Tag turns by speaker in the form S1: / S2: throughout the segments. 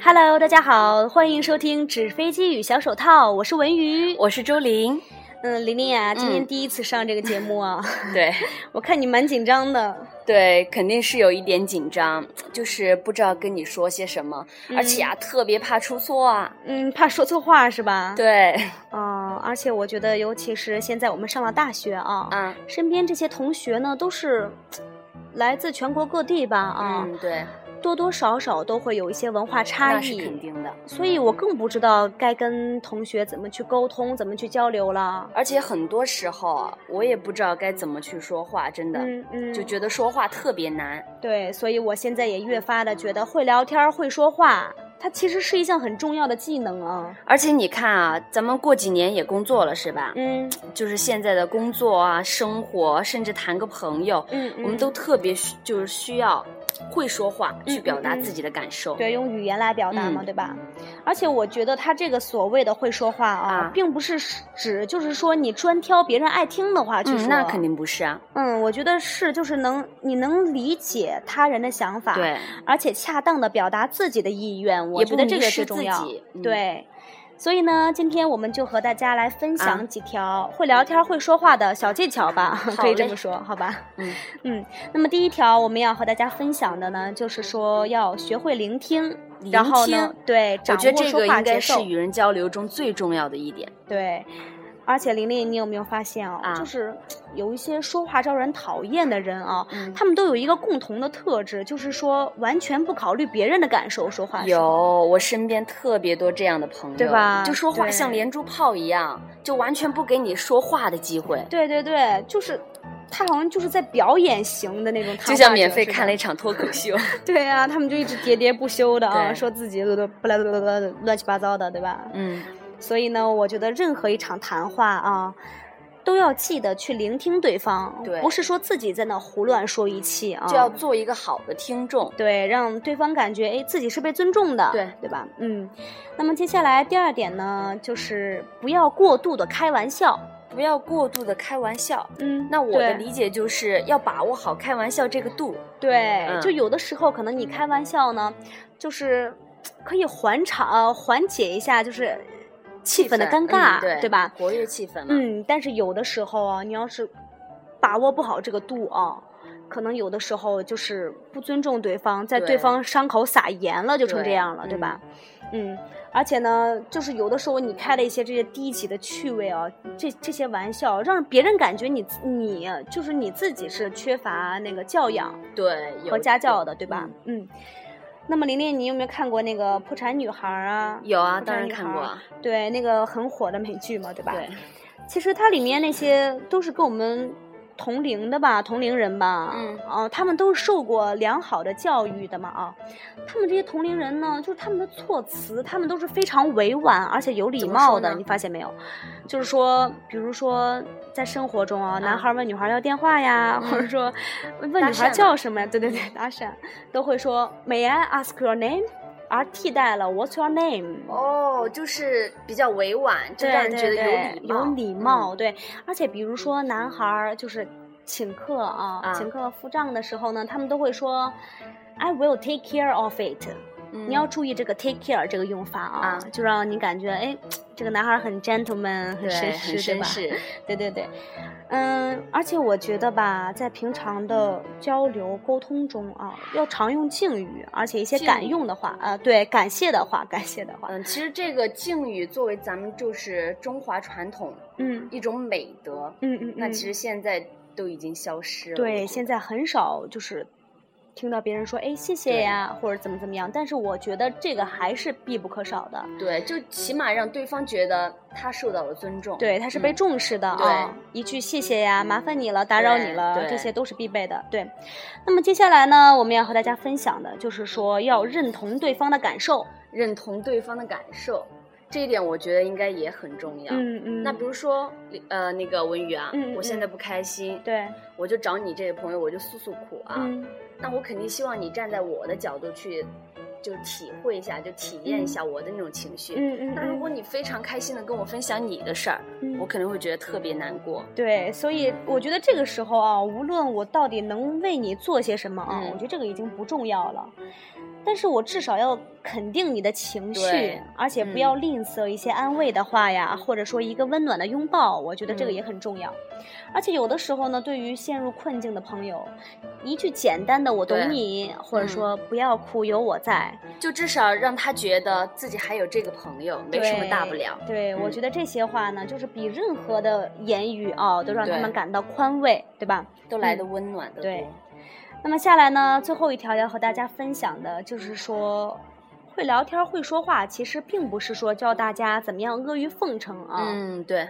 S1: Hello，大家好，欢迎收听《纸飞机与小手套》，我是文鱼。
S2: 我是周玲。
S1: 嗯，玲玲啊，今天
S2: 嗯
S1: 第一次上这个节目啊，
S2: 对
S1: 我看你蛮紧张的。
S2: 对，肯定是有一点紧张，就是不知道跟你说些什么，而且啊，特别怕出错啊。
S1: 嗯，怕说错话是吧？。
S2: 对，
S1: 嗯、而且我觉得，尤其是现在我们上了大学 啊，
S2: 啊，
S1: 身边这些同学呢，都是嘖来自全国各地吧啊，
S2: 嗯，对，
S1: 多多少少都会有一些文化差
S2: 那是肯
S1: 异，
S2: 定的。
S1: 所以我更不知道该跟同学怎么去沟通，怎么去交流了。
S2: 而且很多时候啊，我也不知道该怎么去说话，真的、
S1: 嗯嗯，
S2: 就觉得说话特别难。
S1: 对，所以我现在也越发的觉得会聊天儿、会说话，它其实是一项很重要的技能啊。
S2: 而且你看啊，咱们过几年也工作了，是吧？
S1: 嗯
S2: 就是现在的工作啊、生活，甚至谈个朋友，
S1: 嗯，
S2: 我
S1: 嗯
S2: 们都特别需就是需要会说话，
S1: 嗯
S2: 去表达
S1: 嗯嗯
S2: 自己的感受。
S1: 对用语言来表达嘛，
S2: 嗯
S1: 对吧？而且我觉得他这个所谓的会说话啊，
S2: 啊
S1: 并不是指就是说你专挑别人爱听的话去说。
S2: 嗯，那肯。定不是啊。
S1: 嗯，我觉得是，就是能你能理解他人的想法，，
S2: 对，
S1: 而且恰当的表达自己的意愿，我
S2: 也
S1: 觉
S2: 不
S1: 得这
S2: 迷
S1: 个
S2: 失
S1: 是重
S2: 自
S1: 要
S2: 己。嗯
S1: 对，所以呢，今天我们就和大家来分
S2: 啊
S1: 享几条会聊天、会说话的小技巧吧，
S2: 好
S1: 可以这
S2: 嘞
S1: 么说，好吧？
S2: 嗯
S1: 嗯，那么第一条我们要和大家分享的呢，就是说要学会聆听，然
S2: 聆
S1: 后呢，对，
S2: 我
S1: 掌
S2: 觉得
S1: 握
S2: 这
S1: 说
S2: 个
S1: 话
S2: 应
S1: 节
S2: 该是
S1: 奏，
S2: 与人交流中最重要的一点。
S1: 对。而且玲玲，你有没有发现哦，
S2: 啊
S1: 就是有一些说话招人讨厌的人啊，
S2: 嗯，
S1: 他们都有一个共同的特质，就是说完全不考虑别人的感受说话。
S2: 有，我身边特别多这样的朋友，
S1: 对吧
S2: 就说话
S1: 对
S2: 像连珠炮一样，就完全不给你说话的机会，
S1: 对对对，就是他好像就是在表演型的那种，
S2: 就像免费看 了一
S1: 场。
S2: 场脱口秀。
S1: 对啊，他们就一直喋喋不休的啊，
S2: 对
S1: 说自己乱乱乱乱乱七八糟的，对吧？
S2: 嗯，
S1: 所以呢，我觉得任何一场谈话啊。都要记得去聆听对方，
S2: 对
S1: 不是说自己在那胡乱说一气啊，
S2: 就要做一个好的听众。
S1: 对，让对方感觉哎自己是被尊重的，
S2: 对
S1: 对吧？嗯，那么接下来第二点呢，就是不要过度的开玩笑，
S2: 不要过度的开玩笑。
S1: 嗯
S2: 那我的
S1: 对
S2: 理解就是要把握好开玩笑这个度。
S1: 对，
S2: 嗯
S1: 就有的时候可能你开玩笑呢，就是可以缓场、呃缓解一下，就是气氛的尴尬，
S2: 嗯对
S1: 对吧？
S2: 活跃气氛嘛。
S1: 嗯，但是有的时候啊，你要是把握不好这个度啊，可能有的时候就是不尊重对方，在对
S2: 对
S1: 方伤口撒盐了，就成这
S2: 对
S1: 样了，对
S2: 嗯
S1: 吧？嗯，而且呢，就是有的时候你开了一些这些低级的趣味啊，这这些玩笑，让别人感觉你自你就是你自己是缺乏那个教养，
S2: 对，有
S1: 和家教
S2: 有
S1: 的，对吧？嗯。那么玲玲，你有没有看过那个《破产女孩》啊？
S2: 有啊，
S1: 破
S2: 当
S1: 产
S2: 然
S1: 女
S2: 看
S1: 孩
S2: 过
S1: 儿
S2: 啊。
S1: 对，那个很火的美剧嘛，对吧？
S2: 对。，
S1: 其实它里面那些都是跟我们同龄的吧，同龄人吧，
S2: 嗯
S1: 啊，他们都是受过良好的教育的嘛，啊，他们这些同龄人呢，就是他们的措辞，他们都是非常委婉而且有礼
S2: 怎么
S1: 貌
S2: 说
S1: 的，
S2: 呢
S1: 你发现没有？就是说，比如说。在生活中啊，男
S2: 啊嗯
S1: 孩问女孩要电话呀，或者说问
S2: 搭
S1: 女孩
S2: 讪
S1: 叫什么呀？对对对，搭讪都会说 May I ask your name，而替代了 What's your name？
S2: 哦，就是比较委婉，就
S1: 对
S2: 让人觉
S1: 对
S2: 得
S1: 对
S2: 礼
S1: 有
S2: 貌。
S1: 礼
S2: 嗯
S1: 貌，对。而且比如说男孩儿就是请客啊，
S2: 啊
S1: 请客付账的时候呢，他们都会说 "I will take care of it"。
S2: 嗯
S1: 你要注意这个 "take care" 这个用法啊，
S2: 啊
S1: 就让你感觉哎，这个男孩儿很 gentleman，很
S2: 对，
S1: 绅
S2: 很
S1: 士，对
S2: 绅
S1: 吧？
S2: 士。
S1: 对对对，嗯，而且我觉得吧，在平常的交流沟通中啊，要常用敬语，而且一些
S2: 敬
S1: 敢
S2: 语
S1: 用的话啊，对，感谢的话，感谢的话，
S2: 嗯，其实这个敬语作为咱们就是中华传统
S1: 嗯
S2: 一种美德，
S1: 嗯嗯，
S2: 那
S1: 嗯
S2: 其实现在都已经消失了。
S1: 对，现在很少就是听到别人说“哎，谢谢
S2: 对
S1: 呀”或者怎么怎么样，但是我觉得这个还是必不可少的。
S2: 对，就起码让对方觉得他受到了尊重。
S1: 对，它是被
S2: 嗯
S1: 重视的啊、一句“谢谢呀”，麻烦你了，打扰你
S2: 对
S1: 了，这
S2: 对
S1: 些都是必备的。对，那么接下来呢，我们要和大家分享的就是说要认同对方的感受。
S2: 认同对方的感受，这一点我觉得应该也很重要。
S1: 嗯嗯，
S2: 那比如说，呃，那个文宇啊，
S1: 嗯嗯
S2: 我现在不开心，
S1: 对，
S2: 我就找你这个朋友，我就诉诉苦啊。
S1: 嗯
S2: 那我肯定希望你站在我的角度去，就体会一下，就体验一下我的那种情绪。
S1: 嗯嗯，
S2: 那如果
S1: 嗯
S2: 你非常开心的跟我分享你的事儿，
S1: 嗯
S2: 我可能会觉得特别难过。
S1: 对，所以我觉得这个时候啊，无论我到底能为你做些什么啊，
S2: 嗯
S1: 我觉得这个已经不重要了。但是我至少要肯定你的情绪
S2: 对，嗯
S1: 而且不要吝啬一些安慰的话呀，或者说一个温暖的拥抱，我觉得这
S2: 嗯
S1: 个也很重要。而且有的时候呢，对于陷入困境的朋友，一句简单的“我
S2: 对
S1: 懂你”，或者
S2: 嗯
S1: 说“不要哭，有我在”，
S2: 就至少让他觉得自己还有这个朋友，没什么大不了。
S1: 对，我
S2: 嗯
S1: 觉得这些话呢，就是比任何的言语啊，都让他
S2: 对
S1: 们感到宽慰，对吧？
S2: 都来的温暖的多。
S1: 嗯对那么下来呢，最后一条要和大家分享的就是说，会聊天、会说话，其实并不是说教大家怎么样阿谀奉承啊。
S2: 嗯，对，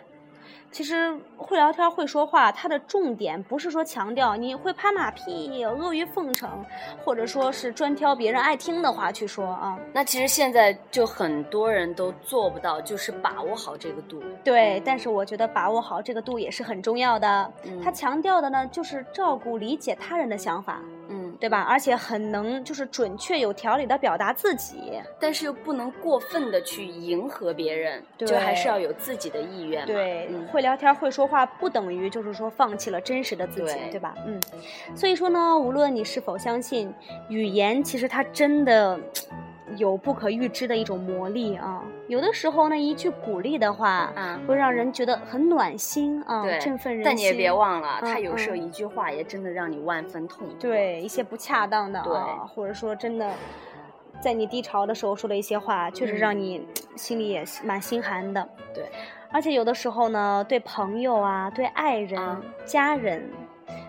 S1: 其实会聊天、会说话，它的重点不是说强调你会拍马屁、阿谀奉承，或者说是专挑别人爱听的话去说啊。
S2: 那其实现在就很多人都做不到，就是把握好这个度。
S1: 对，但是我觉得把握好这个度也是很重要的。
S2: 嗯，
S1: 他强调的呢，就是照顾、理解他人的想法，
S2: 嗯，
S1: 对吧？而且很能就是准确、有条理的表达自己。
S2: 但是又不能过分的去迎合别人，
S1: 对
S2: 就还是要有自己的意愿嘛。
S1: 对，
S2: 嗯，
S1: 会聊天、会说话，不等于就是说放弃了真实的自己，
S2: 对
S1: 对吧？嗯，所以说呢，无论你是否相信语言，其实它真的有不可预知的一种魔力啊。有的时候呢，一句鼓励的话，
S2: 啊，
S1: 会让人觉得很暖心啊，
S2: 对
S1: 振奋人心。
S2: 但你也别忘了，
S1: 嗯
S2: 他有时候一句话也真的让你万分痛苦。
S1: 对一些不恰当的啊，
S2: 对
S1: 或者说真的，在你低潮的时候说了一些话，确实
S2: 嗯
S1: 让你心里也蛮心寒的。
S2: 对，
S1: 而且有的时候呢，对朋友啊，对爱人、
S2: 啊
S1: 家人。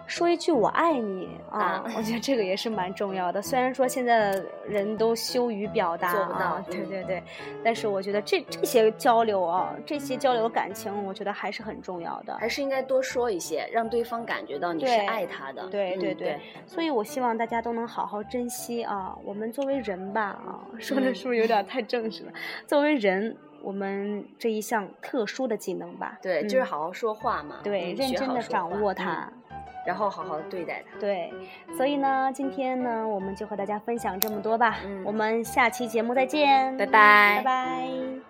S1: 说一句“我爱你”啊，
S2: 啊
S1: 我觉得这个也是蛮重要的。虽然说现在的人都羞于表达，
S2: 做不到
S1: 啊，
S2: 嗯
S1: 对对对，但是我觉得这这些交流啊，这些交流感情，我觉得还是很重要的。
S2: 还是应该多说一些，让对方感觉到你是
S1: 对
S2: 爱他的。
S1: 对
S2: 嗯
S1: 对
S2: 对
S1: 对所以我希望大家都能好好珍惜啊，我们作为人吧啊，说的
S2: 嗯
S1: 是不是有点太正式了？作为人，我们这一项特殊的技能吧，
S2: 对，
S1: 嗯
S2: 就是好好说话嘛，
S1: 对，
S2: 嗯
S1: 认真的掌握，
S2: 学好说话
S1: 它。
S2: 嗯然后好好对待它。
S1: 对，所以呢，今天呢，我们就和大家分享这么多吧。
S2: 嗯
S1: 我们下期节目再见，
S2: 拜拜
S1: 拜拜